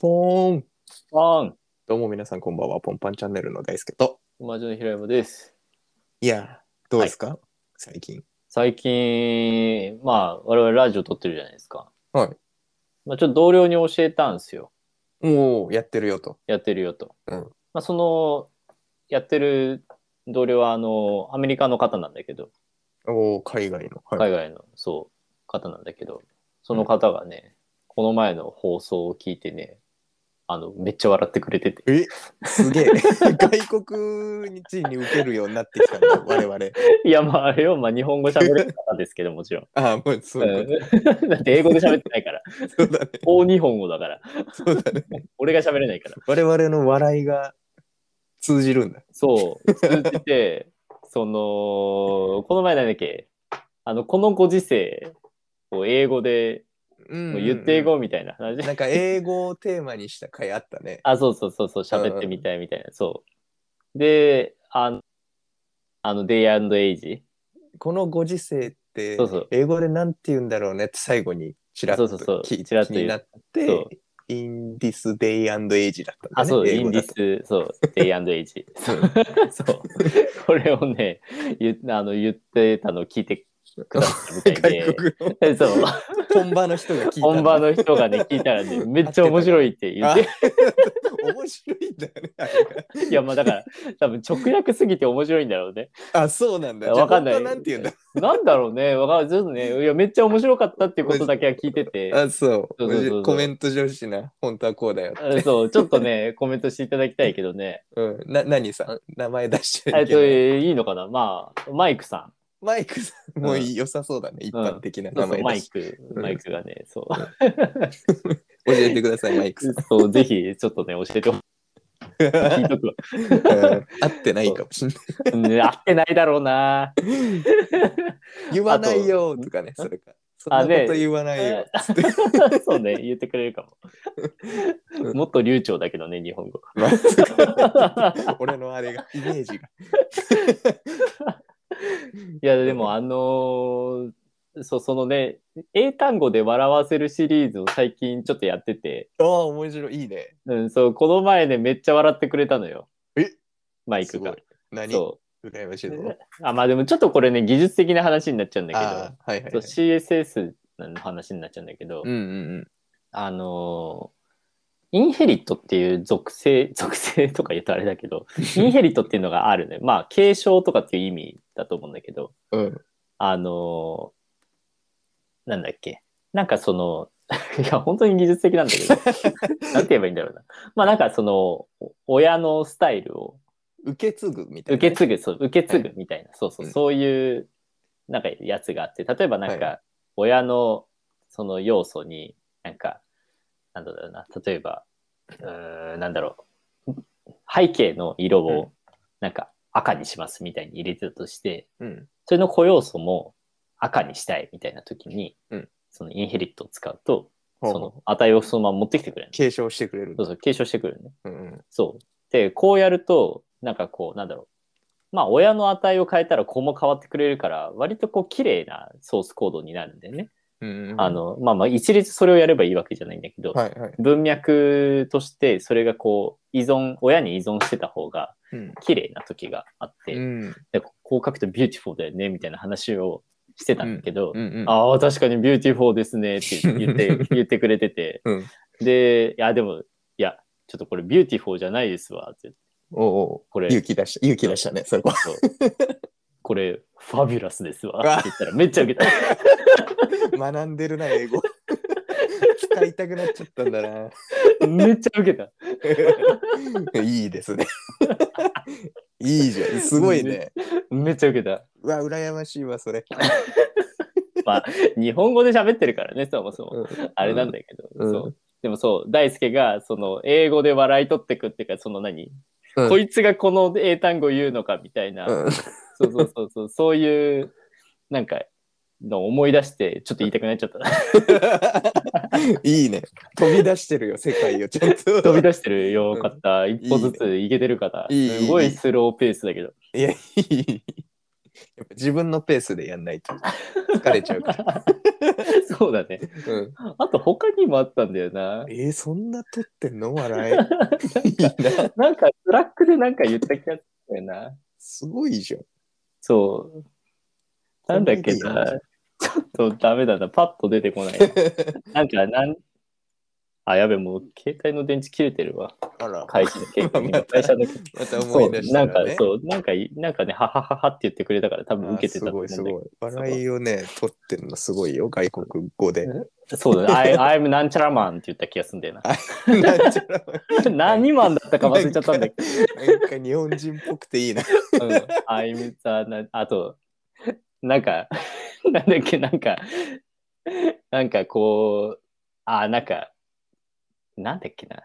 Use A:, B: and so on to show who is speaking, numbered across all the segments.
A: ポーン
B: ワン、
A: どうも皆さんこんばんは、ポンパンチャンネルの大輔と。
B: 魔女の平山です。
A: いや、どうですか、最近。
B: 最近、まあ、我々ラジオ撮ってるじゃないですか。
A: はい。
B: まあ、ちょっと同僚に教えたんですよ。
A: もうやってるよと。
B: やってるよと。
A: うん
B: まあ、その、やってる同僚は、あの、アメリカの方なんだけど、
A: おお海外の。はい。
B: 海外の、そう、方なんだけど、その方がね、この前の放送を聞いてね、あの、めっちゃ笑ってくれて て。
A: えすげえ。 外国人に受けるようになってきた の、我々。
B: いや、まあ、あれは、まあ、日本語喋れなかったですけど、もちろん。
A: ああ、もう そういうこ
B: うん だって英語で喋ってな いから。
A: とそうだね。
B: 大日本語だから。
A: そうだね。
B: 俺が喋れないから。
A: 我々の笑いが通じるんだ。
B: そう、通じ て、その、この前なんだっけ、あの、このご時世を英語で
A: うん
B: 言っていこうみたいな話。
A: なん か英語をテーマにした回あったね。
B: あ、そうそうそうそう、喋ってみたいみたいな、そう。で、あの、あの、デイエイジ。
A: このご時世って
B: そうそう
A: 英語でなんて言うんだろうねって最後にちらっと
B: そうそうそう
A: き
B: ちらっ
A: 気
B: と
A: になっ
B: そ
A: て
B: う、
A: in this day and age だったんだ、ね。
B: あ、そう、
A: 英
B: イ
A: 語
B: ンデ
A: だ
B: ィ
A: と
B: ス、そう、デイエイ ジ。そう、そうこれをね、言あの言ってたのを聞いてくださったみたいで
A: 外。国の
B: そう
A: 本場の人が聞いたら。
B: 本場の人がね聞いた らねめっちゃ面白いって言っ
A: あ
B: て
A: 面白いんだよねあれが。
B: いやまあだから多分直訳すぎて面白いんだろうね。
A: あ、そうなんだ。
B: わかんない
A: じゃあ本当はなんて言うんだ。
B: なんだろうね。わかんない。ちょっとね、いやめっちゃ面白かったっていうことだけは聞いてて、
A: あ、そう。
B: そうそうそうそう
A: コメント上司な。本当はこうだよ。
B: うんそうちょっとねコメントしていただきたいけどね。
A: うん。な、何さん名前出しちゃ
B: え
A: い
B: っ
A: けな
B: と
A: い。
B: いいのかな。まあマイクさ。
A: マイクさんもいい良さそうだね。一般的なん
B: そ
A: 名
B: うそ
A: 前
B: うマ
A: だ
B: イ
A: し。
B: ク
A: うん
B: マイクがねそう
A: 教えてください、マイクさん。
B: そうぜひちょっとね教えてほしい 聞いとくわ。
A: うん合ってないかもしれない。
B: ね合ってないだろうな。
A: 言わないよとかね、それか。そんな
B: あね
A: こと言わないよ。つって
B: そうね言ってくれる かも。もっと流暢だけどね日本語。
A: まあそっか俺のあれが、イメ ージが。
B: いやでもあのーそうそのね英単語で笑わせるシリーズを最近ちょっとやってて、
A: ああ、面白い。いいね。
B: うん、そうこの前ねめっちゃ笑ってくれたのよ
A: え
B: マイ
A: す
B: ク
A: ご
B: が
A: い。何
B: そ
A: 羨ましいうぞ。
B: あまあでもちょっとこれね技術的な話になっちゃうんだけど
A: ああ、はいはいは
B: そう
A: い。
B: CSS の話になっちゃうんだけど、
A: うんうん
B: あのーインヘリットっていう属性 属性とか言うとあれだ けどインヘリットっていうのがあるねまあ継承とかっていう意味だと思うんだけど
A: うん。うん
B: あのーなんだっけ、なんかその、 いや、本当に技術的なんだけど、なんて言えばいいんだろうな。まあなんかその、お親のスタイルを
A: 受け継ぐみたいな。
B: 受け継ぐ、そう、受け継ぐみたいな、そうそう、
A: うん
B: そういう、なんかやつがあって、例えばなん
A: は
B: か、親のその要素に、なんか、なんだろうな、例えば、うーん、なんだろう、背景の色
A: う
B: を、なんか赤にしますみたいに入れてたとして、
A: うん。
B: それの子要素も赤にしたいみたいな時に、
A: うん
B: そのインヘリットを使うと、
A: ほう
B: そ
A: ほう
B: の値をそのまま持ってきてくれるの。
A: 継承してくれる
B: そ。うそう、継承してくれるね。
A: うんうん
B: そう。で、こうやると、なんかこう、なんだろう。まあ、親の値を変えたら子も変わってくれるから、割とこう、綺麗なソースコードになるんだよね。
A: うんうん。
B: あ、の、まあまあ、一律それをやればいいわけじゃないんだけど、
A: はいはい。
B: 文脈として、それがこう、依存、親に依存してた方
A: う
B: が、
A: ん
B: 綺麗な時があって、
A: うん
B: でこう書くとビューティフォーだよね、みたいな話をしてたんだけど、
A: うんうん。
B: ああ、確かにビューティフォーですねって言って、 言ってくれてて。
A: うん
B: で、いや、でも、いや、ちょっとこれビューティフォーじゃないですわって。
A: おうおう。
B: これ、
A: 勇気出した。勇気出したね、そこ。
B: そうこれ、ファビュラスですわって言ったらめっちゃウケた。
A: 学んでるな、英語。 使いたくなっちゃったんだな。
B: めっちゃウケた。
A: いいですね。いいじゃん。すごいね。
B: めっちゃウケた。
A: うわ、羨ましいわ、それ。
B: 日本語で喋ってるからね、そもそも。
A: うん
B: あれなんだけど。
A: うん
B: そうでもそう、大輔が、その、英語で笑い取ってくっていうか、その何、
A: うん
B: こいつがこの英単語言うのかみたいな。
A: うん
B: そうそうそうそう、そういう、なんか、のを思い出して、ちょっと言いたくなっちゃった。
A: いいね。飛び出してるよ、世界を。ちゃんと。
B: 飛び出してるよかった。一歩ず
A: い
B: ついけてる方。
A: いい
B: すごいスローペースだけど。
A: いや、いい。やっぱ自分のペースでやんないと。疲れちゃうから。
B: そそうだね。
A: うん、
B: あと他にもあったんだよな。
A: えー、そんな撮ってんの笑い。いいな。
B: なんか、スラックでなんか言った気がするんだよな。
A: すごいじゃん。
B: そう。なんだっけ
A: コメディアンじ
B: な。ちょっとダメだな。パッと出てこない。なんか、なん、あ、やべ、もう携帯の電池切れてるわ。
A: あら、
B: 会社の携帯
A: ま
B: が。
A: た
B: 会社の
A: また思い出した
B: そう
A: ら、
B: なん
A: ね
B: か、。そう、なんかい、なんかね、ははははって言ってくれたから、多分
A: あ
B: 受けてた
A: す
B: と思
A: ご
B: うん
A: い
B: だ
A: す
B: けど
A: ごい。笑いをね、取ってるのすごいよ、外国語で。
B: そうだ ね。I, I'm なんちゃらマンって言った気がすんだ よな。
A: なんちゃら
B: 何マンだったか忘れちゃったんだけ
A: なんか日本人っぽくていいな。
B: ど。うん、I'm the な、あと、なんか、 なんだっけ、なんか、なんかこう、あ、なんか、なんだっけな。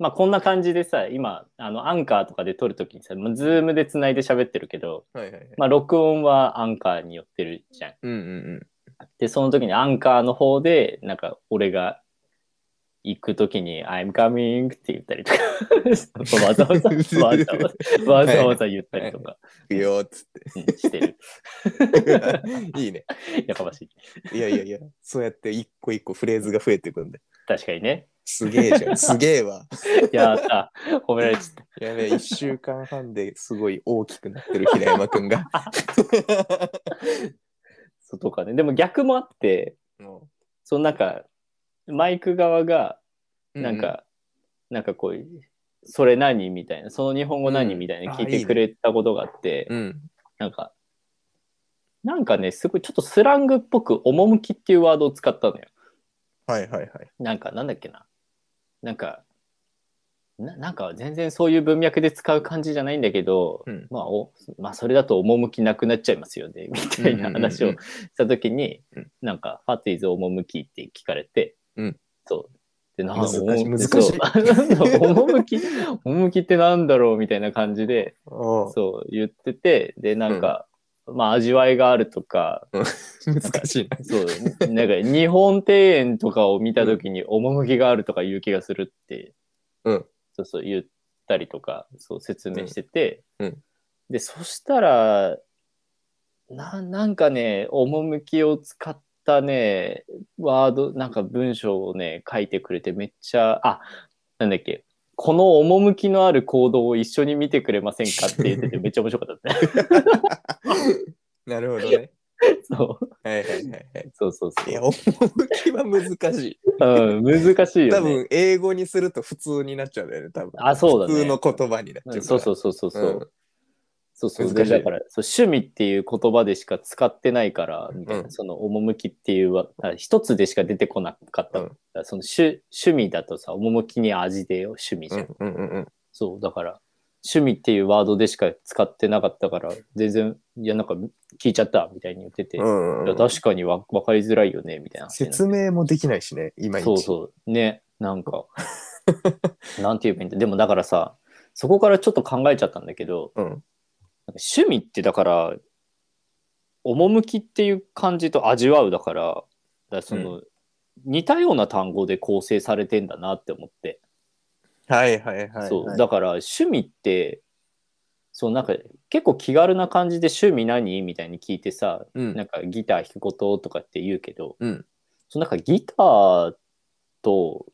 B: まあこんな感じでさ、今、あの、アンカーとかで撮るときにさ、まあズームでつないで喋ってるけど、
A: はいはいはい。
B: まあ録音はアンカーによってるじゃん。
A: うんうん
B: で、その時にアンカーの方で、なんか俺が行く時に、I'm coming って言ったりと か、わざわざ、わざわざ、わざわざ言ったりとか、
A: うん。いくよーっつ
B: うんしてる。
A: って。 いいね。
B: やかましい。
A: いやいやいや、そうやって一個一個フレーズが増えていくんで。
B: 確かにね。
A: すげえじゃ ん。すげえわ。
B: やった。褒められちゃっ
A: やべえ、1週間半ですごい大きくなってる平山くん が。
B: た。とかね。でも逆もあって、
A: も
B: そのなんか、マイク側が、
A: う
B: なん、か、なんかこう、それ何みたいな、その日本語何
A: うん
B: みたいな
A: あ
B: 聞い
A: いい
B: て
A: ね
B: くれたことがあって、
A: うん。
B: なんか、なんかね、すごいちょっとスラングっぽく、趣っていうワードを使ったのよ。
A: はいはいはい。
B: なんか、なんだっけな。なんか、ななんか全然そういう文脈で使う感じじゃないんだけど、
A: うん
B: まあお、まあ、それだと趣なくなっちゃいますよね、みたいな話
A: う
B: を
A: んうんうん
B: した時に、
A: うん
B: なんか、ファティーズ趣って聞かれて、
A: うん
B: そう。で、な
A: 難しい
B: お
A: 難しい
B: そう 趣、趣ってなんだろうみたいな感じで、
A: おう
B: そう言っててでなんか、まあ味わいがあるとか
A: 難しいな。
B: そうなん か日本庭園とかを見た時に趣があるとかいう気がするって、
A: うん
B: そうそう言ったりとかそう説明してて、
A: うんうん
B: でそしたらななんかね趣を使ったねワードなんか文章をね書いてくれてめっちゃあなんだっけこの趣のある行動を一緒に見てくれませんかって言っててめっちゃ面白かったね。
A: なるほどね。
B: そう
A: はいはいはいはい。
B: そうそうそう。
A: いや、趣は難しい。
B: うん、難しい
A: 多
B: よね。
A: 分、英語にすると普通になっちゃうんだよね、多分。
B: あそうだね
A: 普通の言葉になっちゃうから。
B: そうそうそうそうそう。
A: うん
B: そうそう
A: 難
B: で
A: しい
B: だからそう趣味っていう言葉でしか使ってないからみたいな、
A: うん
B: その趣っていうはだから一つでしか出てこなかった、
A: うん
B: だからその趣趣味だとさ趣に味でよ趣味じ
A: う
B: ゃん、
A: んうんうんうん。
B: そうだから趣味っていうワードでしか使ってなかったから全然いやなんか聞いちゃったみたいに言ってて、
A: うんうん
B: いや確かにわ分かりづらいよねみたいな
A: 説明もできないしね、今
B: そうそう。ね。なんか。 なんて言えばいいんだ。でもだからさ、そこからちょっと考えちゃったんだけど、
A: う。うん。
B: なんか趣味ってだから、趣っていう感じと味わうだから、だからその、似たような単語で構成されてんだなって思って。
A: はいはいはい。
B: そう。だから趣味って、そうなんか結構気軽な感じで趣味何みたいに聞いてさ、
A: うん
B: なんかギター弾くこととかって言うけど、
A: うん
B: そのなんかギターと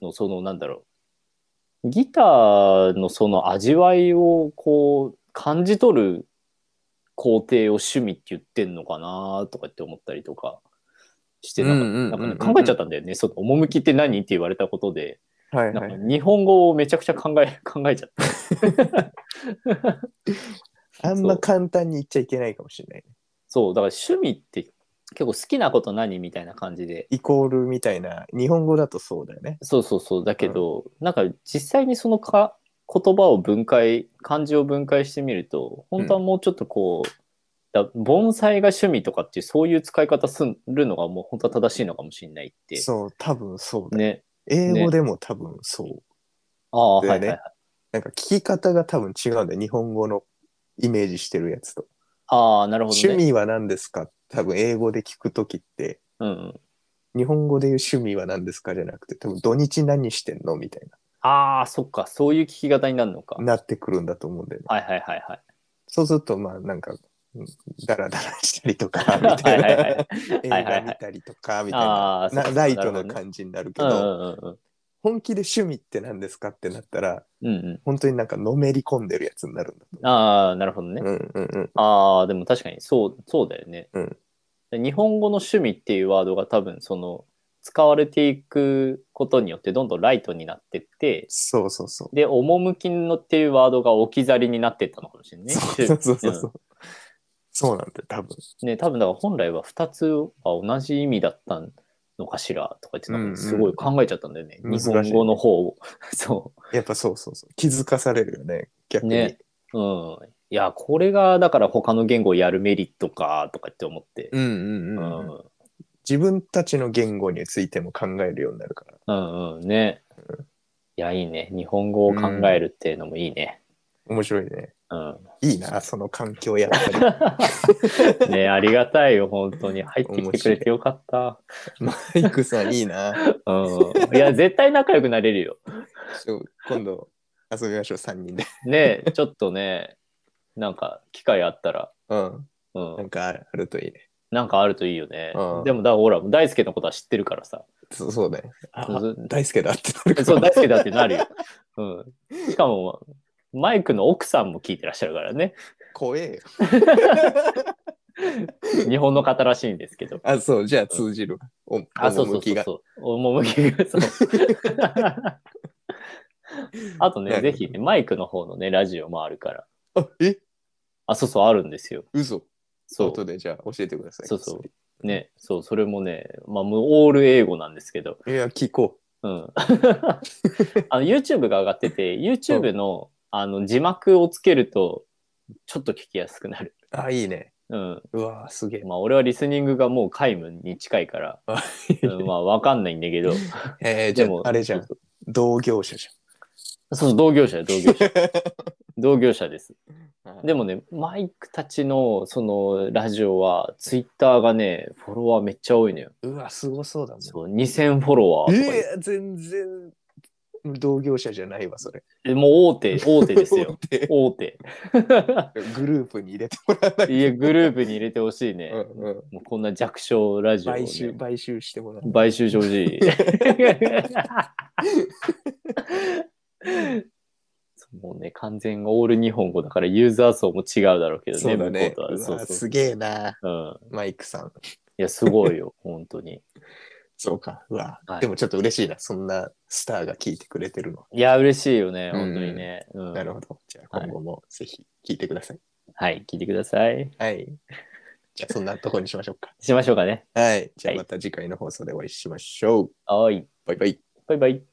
B: のそのなんだろうギターのその味わいをこう感じ取る工程を趣味って言ってんのかなとかって思ったりとかしてなんか
A: うんうんうんうん
B: なんかね考えちゃったんだよねその趣って何って言われたことで
A: はい
B: な
A: は
B: んか
A: い。
B: 日本語をめちゃくちゃ考え 考えちゃった。
A: あんま簡単に言っちゃいけないかもしれない。
B: そうだから趣味って結構好きなこと何みたいな感じで
A: イコールみたいな、日本語だとそうだよね。
B: そうそうそうだけど、なんか実際にそのか言葉を分解漢字を分解してみると本当はもうちょっとこう、だ盆栽が趣味とかっていうそういう使い方するのがもう本当は正しいのかもしれないって
A: そう、多分そうだ。
B: ね
A: 英語でも多分そう。
B: ああ、
A: だ
B: は
A: よ
B: い
A: ね
B: はいはい
A: なんか聞き方が多分違うんだよ。日本語のイメージしてるやつと。
B: ああなるほどね
A: 趣味は何ですか多分英語で聞くときって、
B: うんうん、
A: 日本語で言う趣味は何ですかじゃなくて、多分土日何してんのみたい
B: ああそっかそういう聞き方になるのか
A: な、なってくるんだと思うんだよね。
B: はいはいはいはい
A: そうすると、まあなんか、ダラダラしたりとか、 み
B: は
A: た
B: い
A: い
B: は
A: ない
B: はい。
A: 映
B: はいはい
A: 画見たりとか、みたいな。
B: ああー、
A: な
B: そっか
A: ライトな
B: る
A: 感じになるけ
B: ほどね
A: ど、本気で趣味って何ですかってなったら、
B: うんうんうん。うんう
A: 本当になんかのめり込んでるやつになるんだと
B: ん。ああ、なるほどね。
A: 思う。うんうんうん。
B: ああ、でも確かにそう、そうだよね。
A: うん
B: で日本語の趣味っていうワードが多分その使われていくことによってどんどんライトになってって、
A: そうそうそう。
B: で、趣のっていうワードが置き去りになってったのかもしれないね。
A: そう
B: 趣
A: そうそうそう。そうなんだよ、多分。
B: ね、多分だから本来は2つは同じ意味だったのかしらとか言ってなんかすごい考えちゃったんだよね。
A: うんうん
B: 日本語の方を。 そ
A: やっぱそうそうそう。気づかされるよね、逆
B: う。
A: に。
B: ね。うん。いや、これがだから他の言語をやるメリットかとかって思って。
A: うんうん
B: う
A: うんうん。
B: ん。
A: 自分たちの言語についても考えるようになるから。
B: うんうん。ね。いや、いいね。日本語を考えるっていうのもいいね。
A: 面白いね。
B: うん。
A: いいな、その環境やっぱり。
B: ねありがたいよ、本当に。入ってきてくれてよかった。
A: マ イクさん、いいな。
B: うん。いや、絶対仲良くなれるよ。
A: ちょ今度遊びましょう、3人で。
B: ねちょっとね、なんか機会あったら。
A: うん。
B: う
A: なん
B: ん、
A: かあるあるといいね。
B: なんかあるといいよね。
A: うん
B: でも、だからほら、大輔のことは知ってるからさ。
A: そうそうだね。あ
B: そう
A: 大輔だってなるから
B: そう、大輔だってなるよ。うん、しかも、マイクの奥さんも聞いてらっしゃるからね。
A: 怖えよ。
B: 日本の方らしいんですけど。
A: あ、そう、じゃあ通じるわ。お、
B: あ、そうそう
A: 趣
B: そう
A: が。
B: そう。趣が、そう。あと
A: な
B: ね、
A: るほど
B: ぜひね、マイクの方のね、ラジオもあるから。
A: あ、え
B: あ、そうそう、あるんですよ。
A: 嘘。
B: そ
A: 後
B: う。
A: でじゃあ教えてください。
B: そうそうね、そう、それもね、まあ、もうオール英語なんですけど。
A: いや、聞こ
B: うん、あの YouTube が上がってて YouTube の,、あの字幕をつけるとちょっと聞きやすくなる、
A: う。あ、いいね。
B: うん
A: うわーすげえ。
B: まあ、俺はリスニングがもう皆無に近い から、うんまあ分かんないんだけど
A: えー、じ
B: で
A: ゃ
B: も
A: あ、あれじゃん
B: そ。
A: 同業者じ
B: うそう同業者だよ同業者 同業者です
A: ゃん。
B: でもねマイクたちのそのラジオは Twitter がねフォロワーめっちゃ多いのよ
A: うわ、すごそうだもん。
B: そう2000フォロワーとかで
A: えー、全然同業者じゃないわ、それ。
B: えもう大手大手で すよ大手
A: グループに入れてもらわないと
B: いやグループに入れてほしいね、
A: うんうん
B: もうこんな弱小ラジオをね、
A: 買収、買収してもらう。
B: 買収常時。 もうね、完全オール日本語だからユーザー層も違うだろうけどね、
A: そうだね
B: 向こ。う
A: う
B: とはそう
A: わ
B: そう
A: すげえな、
B: うん。
A: マイクさん。
B: いや、すごいよ、 本当に。
A: そうか。うわ、
B: はい
A: でもちょっと嬉しいな、そんなスターが聞いてくれてるのは。
B: いや、嬉しいよね、
A: うん
B: 本当にね。うん
A: なるほど。じゃあ、今後もぜひ聞いてください。
B: はい、聞いてください。
A: はい。じゃあ、そんなとこにしましょうか。
B: しましょうかね。
A: はい。じゃあ、
B: はい
A: また次回の放送でお会いしましょう。
B: はい、
A: バイバイ。
B: バイバイ。